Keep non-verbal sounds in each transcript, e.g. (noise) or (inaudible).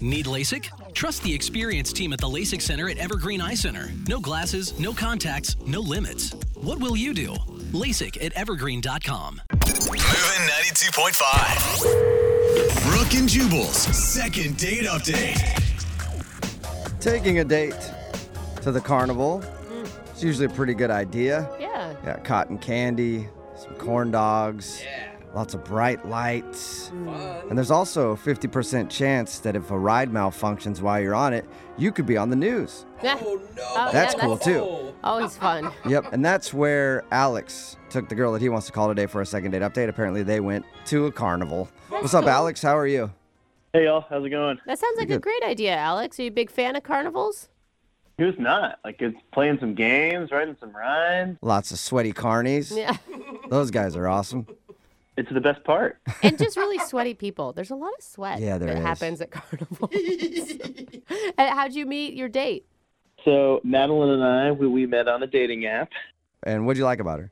Need LASIK? Trust the experienced team at the LASIK Center at Evergreen Eye Center. No glasses, no contacts, no limits. What will you do? LASIK at evergreen.com. Moving 92.5. Brooke and Jubal's second date update. Taking a date to the carnival. It's usually a pretty good idea. Yeah. Yeah, cotton candy, some corn dogs, lots of bright lights. And there's also a 50% chance that if a ride malfunctions while you're on it, you could be on the news. Yeah. Oh, yeah, That's cool (laughs) too. Always fun. Yep, and that's where Alex took the girl that he wants to call today for a second date update. Apparently, they went to a carnival. What's up, cool. Alex? How are you? Hey y'all, how's it going? That sounds like a great idea, Alex. Are you a big fan of carnivals? Who's not? Like, it's playing some games, writing some rhymes. Lots of sweaty carnies. Yeah. Those guys are awesome. It's the best part. (laughs) and just really sweaty people. There's a lot of sweat Yeah, there that is. happens at (laughs) carnivals. and how'd you meet your date? (laughs) So Madeline and I, we, we met on a dating app. And what'd you like (laughs) about her?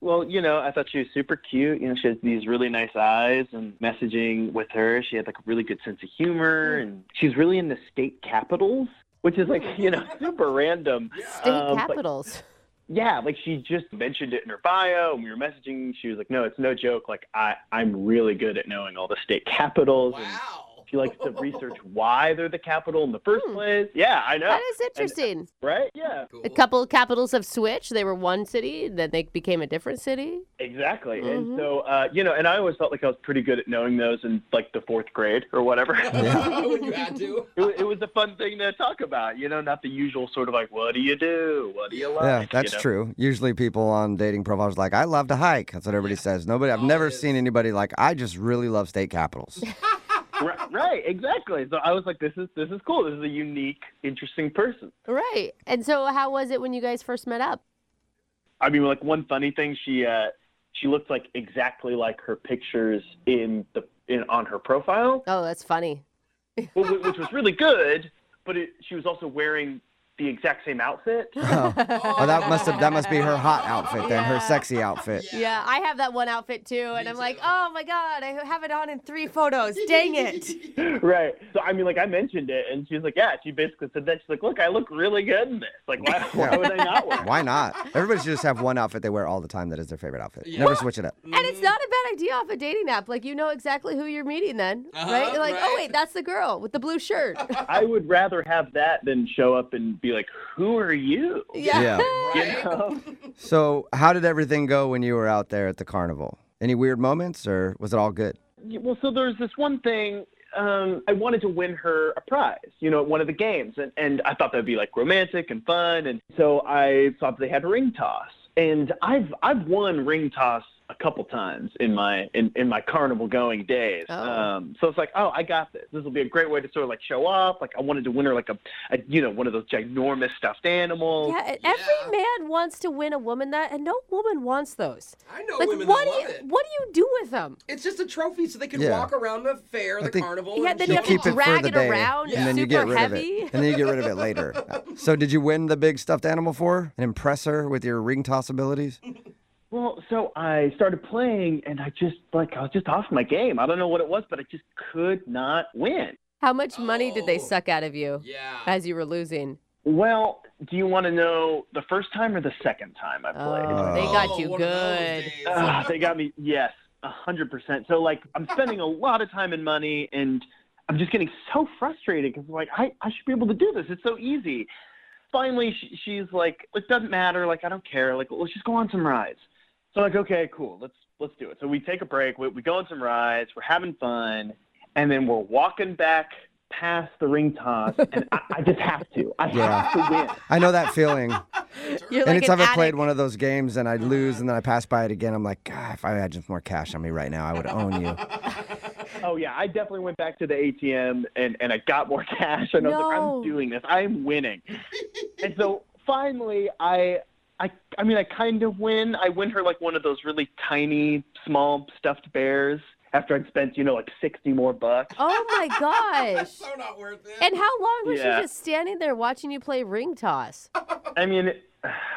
Well, you know, I thought she was super cute. You know, she has these really nice eyes, and messaging with her, she had like a really good sense of humor, and she's really into state capitals, which is like, (laughs) you know, super random. State Um, but capitals. Yeah, like she just mentioned it in her bio, and we were messaging. She was like, "No, it's no joke. Like I, I'm really good at knowing all the state capitals." and She likes to (laughs) research why they're the capital in the first Hmm. place. Yeah, I know. That is interesting. right? Yeah, A couple of capitals have switched. They were one city, then they became a different city. exactly. Mhm. And so, uh, you know, and I always felt like I was pretty good at knowing those in like the fourth grade (laughs) or whatever. (laughs) when you had to. it, wa- it was a fun thing to talk about, you know, not the usual sort of like, what do you do? What do you like? Yeah, you that's know? true. Usually, people on dating profiles are like, I love to hike. That's what everybody says. Nobody, I've never seen anybody like, I just really love state (laughs) capitals. Right, right, exactly. So I was like, this is this is cool. This is a unique, interesting person. Right. And so, how was it when you guys first met up? I mean, like one funny thing, she uh, she looked like exactly like her pictures in the in on her profile, Oh, that's funny. wh- wh- which was really good. But it, she was also wearing the exact same outfit. oh. Oh, that must have that must be her hot outfit then, her Yeah. sexy outfit. Yeah, I have that one outfit too, and I'm like, oh my god, I have it on in three photos. Dang it! (laughs) right. So I mean, like I mentioned it, and she's like, yeah. She basically said that. She's like, look, I look really good in this. Like, why, Yeah. why would I not wear? it? Why not? Everybody should just have one outfit they wear all the time that is their favorite outfit. Never switch it up. And Mm-hmm. it's not a bad idea off a dating app. Like you know exactly who you're meeting then, right? You're like, oh Uh-huh, right. wait, that's the girl with the blue (laughs) shirt. (laughs) I would rather have that than show up and be like, who are you? yeah. You know? So, how did everything go when you were out there at the carnival? Any weird moments, or was it all good? Yeah, well, so there's this one thing. Um, I wanted to win her a prize, you know, at one of the games, and, and I thought that'd be like romantic and fun, and so I thought they had ring toss, and I've I've won ring toss a couple times in my in, in my carnival going days. Oh. Um, so it's like, oh, I got this. This will be a great way to sort of like show off. Like I wanted to win her like a, a you know one of those ginormous stuffed animals. Yeah, and e-, every man wants to win a woman that, and no woman wants those. I know Like, women what that do you love it. what do you do with them? It's just a trophy so they can Yeah. walk around the fair, the think- carnival. Yeah, and then show you have it to Keep off. it for drag the it day, around. and then It's you get super rid heavy. of it, and then you get rid of it (laughs) later. So, did you win the big stuffed animal for her and impress her with your ring toss abilities? Well, so I started playing, and I just like I was just off my game. I don't know what it was, but I just could not win. How much money did they Oh. suck out of you Yeah. as you were losing? Well, do you want to know the first time or the second time I played? Oh, they got you one of those good. days. Ah, they got me. Yes, a hundred percent. So like I'm spending a lot of time and money, and I'm just getting so frustrated because like I I should be able to do this. It's so easy. Finally, she, she's like, it doesn't matter. Like I don't care. Like let's just go on some rides. So like okay, cool. Let's let's do it. So we take a break. We, we go on some rides. We're having fun, and then we're walking back past the ring toss, and I, I just have to. I Yeah. have to win. I know that feeling. You're like Anytime an I played addict. one of those games and I lose and then I pass by it again, I'm like, God, if I had just more cash on me right now, I would own (laughs) you. Oh yeah, I definitely went back to the ATM and, and I got more (laughs) cash and I was like, No. I'm doing this. I'm winning. and so finally I I I mean I kind of win. I win her like one of those really tiny, small stuffed bears after I'd spent, you know, like sixty (laughs) more bucks. Oh (laughs) my gosh. So not worth it. And how long was Yeah. she just standing there watching you play ring toss? I mean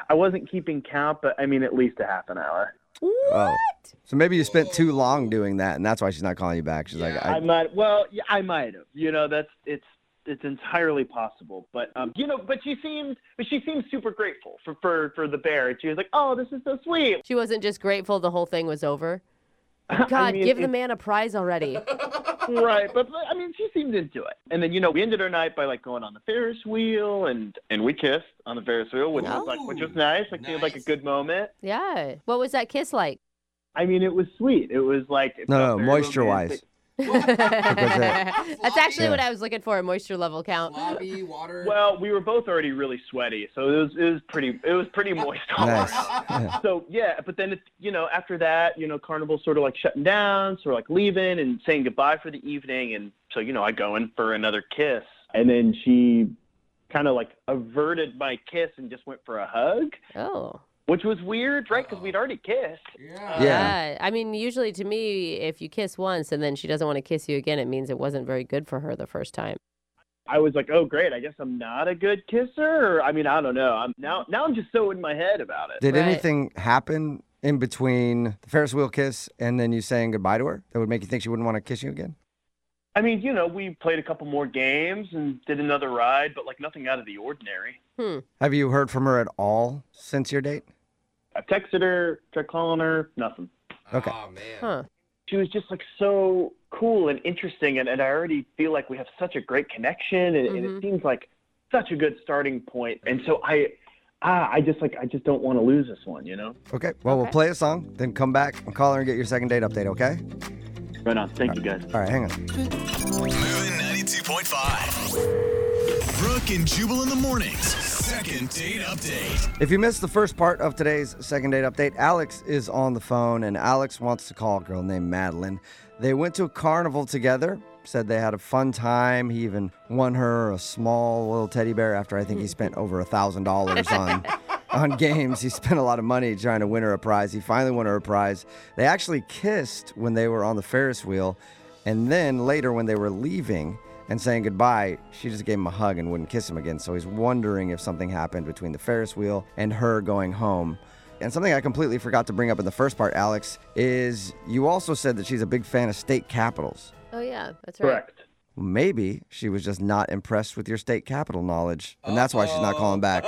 I wasn't keeping count, but I mean at least a half an hour. Oh. So maybe you spent too long doing that, and that's why she's not calling you back. She's like, I I, might. Well, yeah, I might have. You know, that's it's it's entirely possible. But um, you know, but she seemed but she seemed super grateful for for for the bear. And she was like, "Oh, this is so sweet." She wasn't just grateful the whole thing was over. (laughs) I God, mean, give the it's- man a prize already. right. But, but, I mean, she seemed into it. And then you know, we ended our night by like going on the Ferris wheel and and we kissed on the Ferris wheel, which was like which was Oh, nice. Like seemed like a nice. good moment. yeah. What was that (laughs) kiss like? I mean, it was sweet. It was like it no, felt no, very moisture romantic. wise. that- (laughs) That's actually Yeah. what I was looking for, a moisture level count. Lobby, water. Well, we were both already really sweaty, so it was it was pretty it was pretty Uh, moist oh, all Nice. around. Yeah. So yeah, but then it's you know after that you know Carnival's sort of like shutting down, so we're like leaving and saying goodbye for the evening, and so you know I go in for another kiss, and then she kind of like averted my kiss and just went for a hug, Oh. which was weird, right? Because we'd already kissed. yeah. Yeah. I mean, usually to me, if you kiss once and then she doesn't want to kiss you again, it means it wasn't very good for her the first time. I was like, oh great, I guess I'm not a good kisser. Or, I mean I don't know. I'm now now I'm just so in my head about it. Did Right. anything happen in between the Ferris wheel kiss and then you saying goodbye to her that would make you think she wouldn't want to kiss you again? I mean, you know, we played a couple more games and did another ride, but like nothing out of the ordinary. Have you heard from her at all since your date? I texted her, tried calling her, nothing. Okay. Oh man. Huh. She was just like so cool and interesting, and, and I already feel like we have such a great connection, and, and Mhm. it seems like such a good starting point. And so I, ah, I just like I just don't want to lose this one, you know. Okay. Well, we'll Okay. play a song, then come back and call her and get your second date update, okay? Right on. Thank you guys. All right, hang on. Moving 92.5. Brooke and Jubal in the mornings. Second date update. If you missed the first part of today's second date update, Alex is on the phone and Alex wants to call a girl named Madeline. They went to a carnival together, said they had a fun time. He even won her a small little teddy bear after I think he spent over a $1,000 on. On games, he spent a lot of money trying to win her a prize. He finally won her a prize. They actually kissed when they were on the Ferris wheel, and then later when they were leaving and saying goodbye, she just gave him a hug and wouldn't kiss him again. So he's wondering if something happened between the Ferris wheel and her going home. And something I completely forgot to bring up in the first part, Alex, is you also said that she's a big fan of state capitals. Oh, yeah. That's right. Correct. Maybe she was just not impressed with your state capital knowledge, and that's why she's not calling back.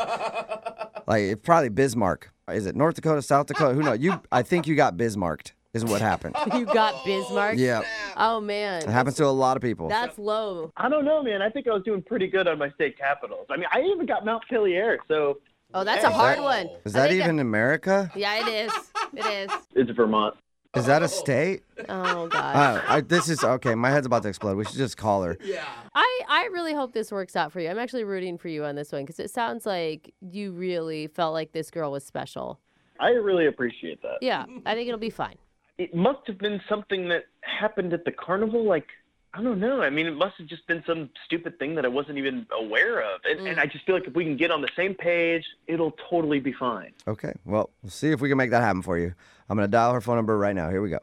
like it's probably Bismarck. Is it North Dakota, South Dakota? Who knows? You, I think you got Bismarcked. Is what happened. (laughs) You got Bismarck? Yeah, Oh, man. it happens to a lot of people. That's low. I don't know, man. I think I was doing pretty good on my state capitals. I mean, I even got Mount Pilier, so Oh, that's a Is hard that- one. Is I that think even America? yeah, it is. It is. (laughs) it's Vermont. Is that a state? Oh, God. Oh, I, this is okay. My head's about to explode. We should just call her. Yeah. I, I really hope this works out for you. I'm actually rooting for you on this one because it sounds like you really felt like this girl was special. I really appreciate that. Yeah, I think it'll be fine. (laughs) it must have been something that happened at the carnival. Like, I don't know. I mean, it must have just been some stupid thing that I wasn't even aware of. And, and I just feel like if we can get on the same page, it'll totally be fine. Okay. Well, we'll see if we can make that happen for you. I'm gonna dial her phone number right now. Here we go.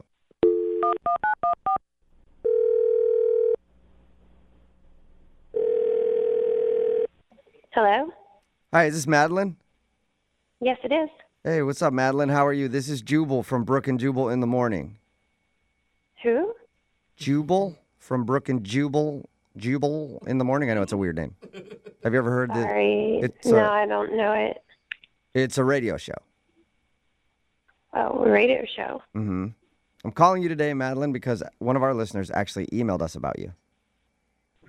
Hello? Hi, is this Madeline? Yes, it is. Hey, what's up, Madeline? How are you? This is Jubal from Brook and Jubal in the morning. Who? Jubal from Brook and Jubal, Jubal in the morning. I know it's a weird name. Have you ever heard the? Sorry. it's, no, uh, I don't know it. It's a radio show. Oh, a radio show. Mm-hmm. I'm calling you today, Madeline, because one of our listeners actually emailed us about you.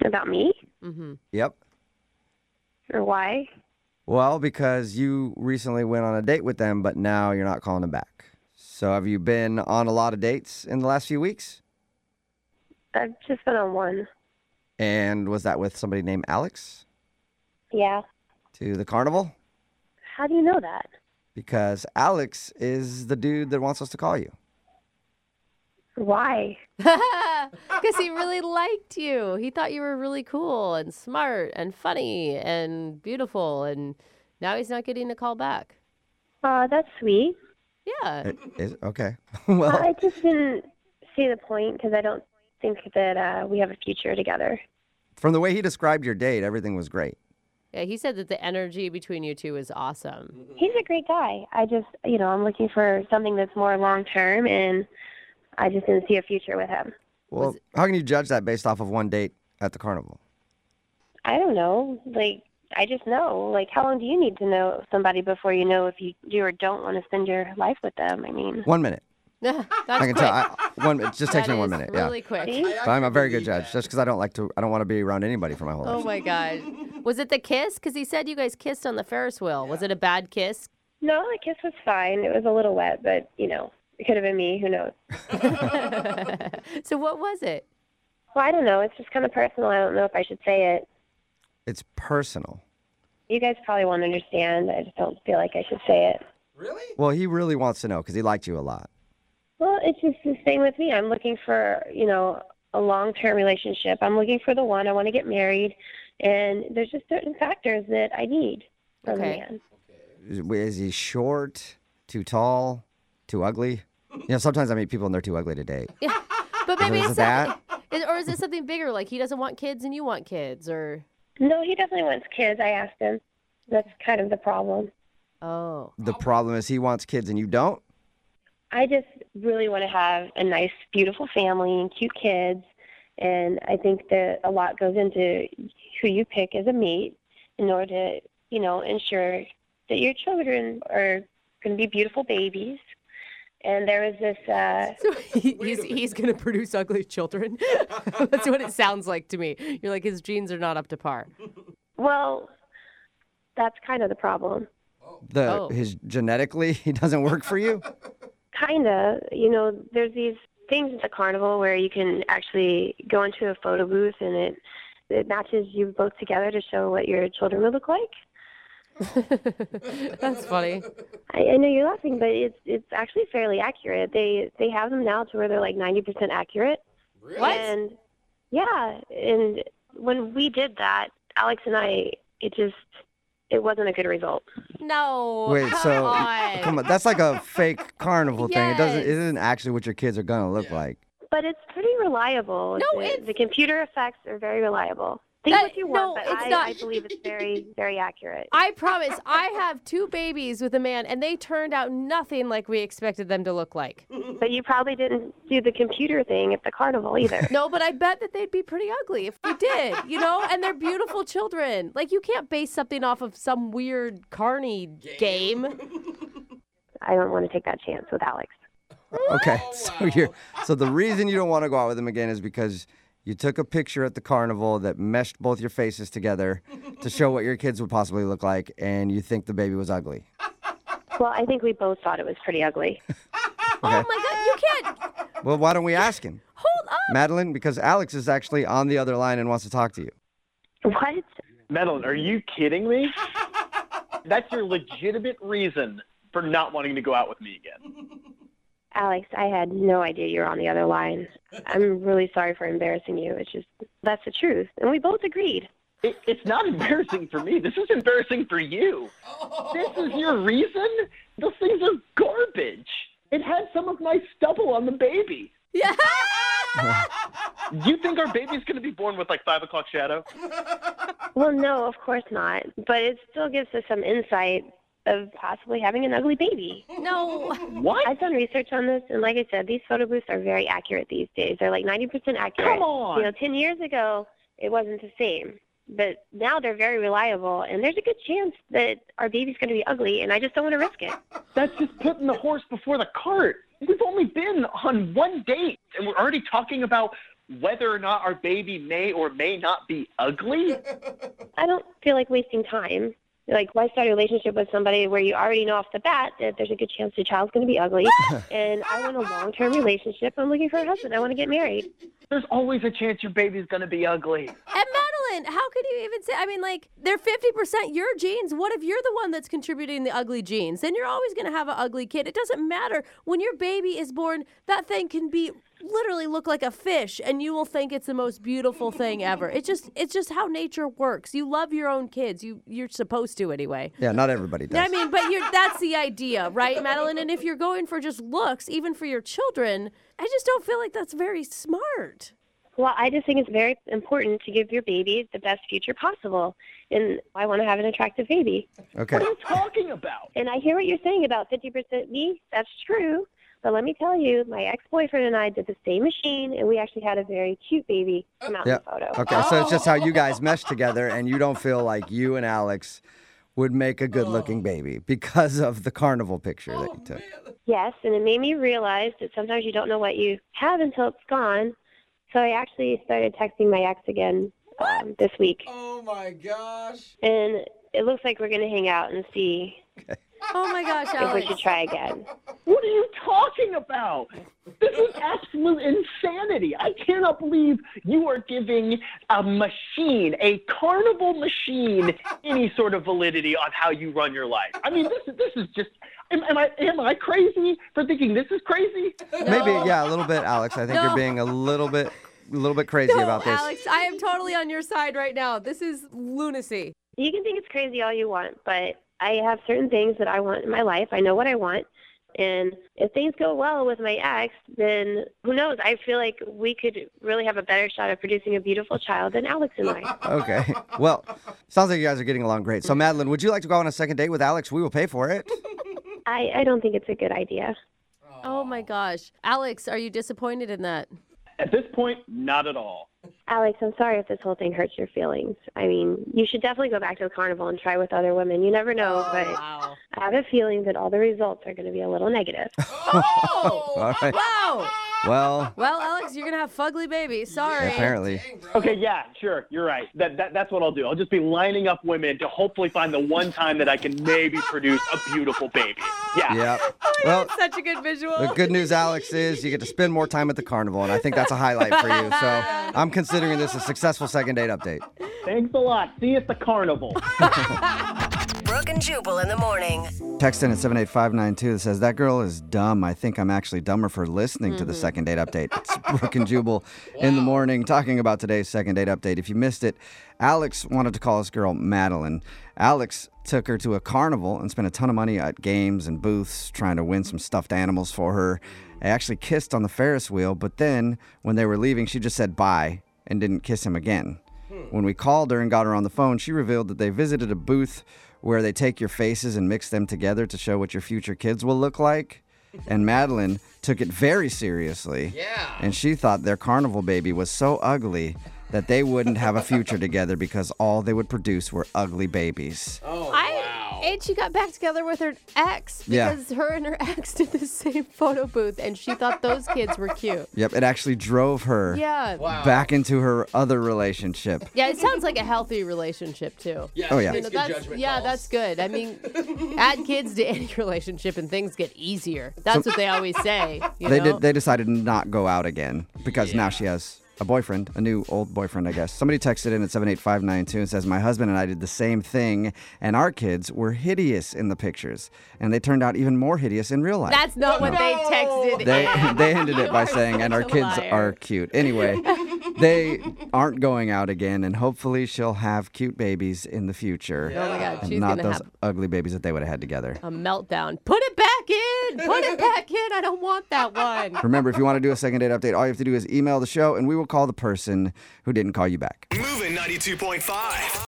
About me? Mm-hmm. Yep. Or why? Well, because you recently went on a date with them, but now you're not calling them back. So have you been on a lot of dates in the last few weeks? I've just been on one. And was that with somebody named Alex Yeah. to the carnival? How do you know that? Because Alex is the dude that wants us to call you. Why? Because he really liked you. He thought you were really cool and smart and funny and beautiful. And now he's not getting a call back. Uh, that's sweet. Yeah. It is okay. (laughs) well, I just didn't see the point because I don't think that uh, we have a future together. from the way he described your date, everything was great. Yeah, he said that the energy between you two is (laughs) awesome. He's a great guy. I just, you know, I'm looking for something that's more long term, and I just didn't see a future with him. Well, how can you judge that based off of one date at the carnival? I don't know. Like, I just know. Like, how long do you need to know somebody before you know if you do or don't want to spend your life with them? I mean, One minute. That's I can tell. I, (laughs) one. It just takes That me one is minute. Really yeah. quick. see? But I'm a very good judge, just because I don't like to. I don't want to be around anybody for my whole Oh life. my gosh. Was it the kiss? Because he said you guys kissed on the Ferris wheel. Was it a bad kiss? no, the kiss was fine. It was a little wet, but, you know, it could have been me. Who knows? so what was it? Well, I don't know. It's just kind of personal. I don't know if I should say it. Oh. It's personal. You guys probably won't understand. I just don't feel like I should say it. Really? Well, he really wants to know because he liked you a lot. Well, it's just the same with me. I'm looking for, you know, a long term relationship. I'm looking for the one. I want to get married. And there's just certain factors that I need from Okay. a man. Is- Is he short? Too tall? Too ugly? You know, sometimes I meet people and they're too ugly to date. But maybe Is it's it that? Is, or is it something bigger? Like he doesn't want kids and you want kids, or No, he definitely wants kids. I asked him. That's kind of the problem. oh, The problem is he wants kids and you don't. I just really want to have a nice, beautiful family and cute kids. And I think that a lot goes into who you pick as a mate in order to, you know, ensure that your children are going to be beautiful babies. And there was this, uh, so he, he's he's gonna produce ugly children. (laughs) That's what it sounds like to me. You're like his genes are not up to par. (laughs) well, that's kind of the problem. The Oh. his genetically (laughs) he doesn't work for you. Kind of. You know, there's these things at the carnival where you can actually go into a photo booth and it, it matches you both together to show what your children would look like. That's funny. I, I know you're laughing, but it's it's actually fairly accurate. They they have them now to where they're like ninety percent accurate. Really? And yeah, and when we did that, Alex and I, it just it wasn't a good result. No. Wait, come so on. come on, that's like a fake carnival thing. It doesn't. It Yes. isn't actually what your kids are gonna look like. But it's pretty reliable. No, the, it's- the computer effects are very reliable. Think That- what you no, want, but it's I, not. I believe it's (laughs) very very accurate. I promise I have two babies with a man, and they turned out nothing like we expected them to look like. But you probably didn't do the computer thing at the carnival either. (laughs) No, but I bet that they'd be pretty ugly if we did, you know? And they're beautiful children. Like, you can't base something off of some weird carny game. I don't want to take that chance with Alex. Okay, (laughs) so you're so the reason you don't want to go out with him again is because you took a picture at the carnival that meshed both your faces together to show what your kids would possibly look like, and you think the baby was ugly. Well, I think we both thought it was (laughs) pretty ugly. Oh my God, you can't. Well, why don't we ask him, Hold up. Madeline? Because Alex is actually on the other line and wants to talk to you. What? Madeline, are you kidding me? That's your legitimate reason for not wanting to go out with me again. Alex, I had no idea you were on the other line. I'm really sorry for embarrassing you. It's just, that's the truth. And we both agreed. It, it's not embarrassing for me. This is embarrassing for you. This is your reason? Those things are garbage. It had some of my stubble on the baby. Yeah. (laughs) You think our baby's going to be born with like five o'clock shadow? Well, no, of course not. But it still gives us some insight of possibly having an ugly baby. No. What? I've done research on this, and like I said, these photo booths are very accurate these days. They're like 90% accurate. Come on. You know, 10 years ago, it wasn't the same. But now they're very reliable, and there's a good chance that our baby's going to be ugly, and I just don't want to risk it. That's just putting the horse before the cart. We've only been on one date, and we're already talking about whether or not our baby may or may not be ugly. I don't feel like wasting time. Like, why start a relationship with somebody where you already know off the bat that there's a good chance your child's going to (laughs) be ugly? and I want a long term relationship. I'm looking for a husband. I want to get married. There's always a chance your baby's gonna be ugly. And Madeline, how could you even say? I mean, like, they're 50% your genes. What if you're the one that's contributing the ugly genes? Then you're always going to have an ugly kid. It doesn't matter. When your baby is born, that thing can be literally look like a fish and you will think it's the most beautiful thing ever. It's just it's just how nature works. You love your own kids. You you're supposed to anyway. Yeah, not everybody does. I mean, but you're, that's the idea, right, Madeline? And if you're going for just looks, even for your children, I just don't feel like that's very smart. Well, I just think it's very important to give your baby the best future possible. And I want to have an attractive baby. Okay. What are you talking about? And I hear what you're saying about 50% me. That's true. But let me tell you, my ex boyfriend and I did the same machine, and we actually had a very cute baby come out Yeah. in the photo. Okay. So it's just how you guys mesh together, and you don't feel like you and Alex would make a Oh. good-looking baby because of the carnival picture that you took. Yes, and it made me realize that sometimes you don't know what you have until it's gone. So I actually started texting my ex again um, this week, Oh my gosh. and it looks like we're gonna hang out and see Oh my gosh, if we Alex. should try again. What are you talking about? This is absolute insanity. I cannot believe you are giving a machine, a carnival machine, any sort of validity on how you run your life. I mean, this is this is just. Am, am I am I crazy for thinking this is crazy? Maybe, yeah, a little bit, Alex. I think you're No. being a little bit, a little bit crazy No, about this. Alex, I am totally on your side right now. This is lunacy. You can think it's crazy all you want, but I have certain things that I want in my life. I know what I want. And if things go well with my ex, then who knows? I feel like we could really have a better shot of producing a beautiful child than Alex and I. Okay. Well, sounds like you guys are getting along great. So, Madeline, would you like to go on a second date with Alex? We will pay for (laughs) it. I, I don't think it's a good idea. Oh my gosh. Alex, are you disappointed in that? At this point, not at all. Alex, I'm sorry if this whole thing hurts your feelings. I mean, you should definitely go back to a carnival and try with other women. You never know, but I have a feeling that all the results are going to be a little negative. Oh, (laughs) All right. Wow. Well, Well, Alex, you're going to have fugly baby. Sorry. apparently. Okay, yeah, sure, you're right. That, that that's what I'll do. I'll just be lining up women to hopefully find the one time that I can maybe produce a beautiful baby. Yeah. (laughs) Yeah. Well, That's such a good visual. the good news, Alex, is you get to spend more time at the carnival, and I think that's a highlight for you. (laughs) So, I'm considering this a successful second date update. Thanks a lot. See you at the carnival. Brooke and Jubal in the morning. Text in at 78592 that says, That girl is dumb. I think I'm actually dumber for listening to the second date update. It's Brooke and Jubal in the morning talking about today's second date update. If you missed it, Alex wanted to call his girl Madeline. Alex took her to a carnival and spent a ton of money at games and booths trying to win some stuffed animals for her. They actually kissed on the Ferris wheel, but then when they were leaving, she just said bye and didn't kiss him again. Hmm. When we called her and got her on the phone, she revealed that they visited a booth where they take your faces and mix them together to show what your future kids will look (laughs) like. And Madeline took it very seriously. Yeah. And she thought their carnival baby was so ugly that they wouldn't have a future together because all they would produce were ugly babies. Oh I, wow. And she got back together with her ex Yeah. because her and her ex did the same photo booth and she thought those kids were cute. Yep, it actually drove her Yeah. Wow. back into her other relationship. Yeah, it sounds like a healthy relationship too. Yeah, Oh, she yeah. makes You know, good that's, judgment yeah, calls. that's good. I (laughs) mean, add kids to any relationship and things get easier. That's what they always say. You They know? did. They decided to not go out again because now she has a boyfriend, a new old boyfriend, I guess. Somebody texted in at seven eight five nine two and says, "My husband and I did the same thing, and our kids were hideous in the pictures, and they turned out even more hideous in real life." That's not what they texted. (laughs) they (laughs) in. they ended it by You are saying, "And our such a kids liar." are cute." (laughs) Anyway, they aren't going out again, and hopefully she'll have cute babies in the future. Oh my God, And she's not gonna those have ugly babies that they would have had together. a meltdown. Put it back in. Put it back in. I don't want that one. Remember, if you want to do a second date update, all you have to do is email the show, and we will call the person who didn't call you back. Moving 92.5.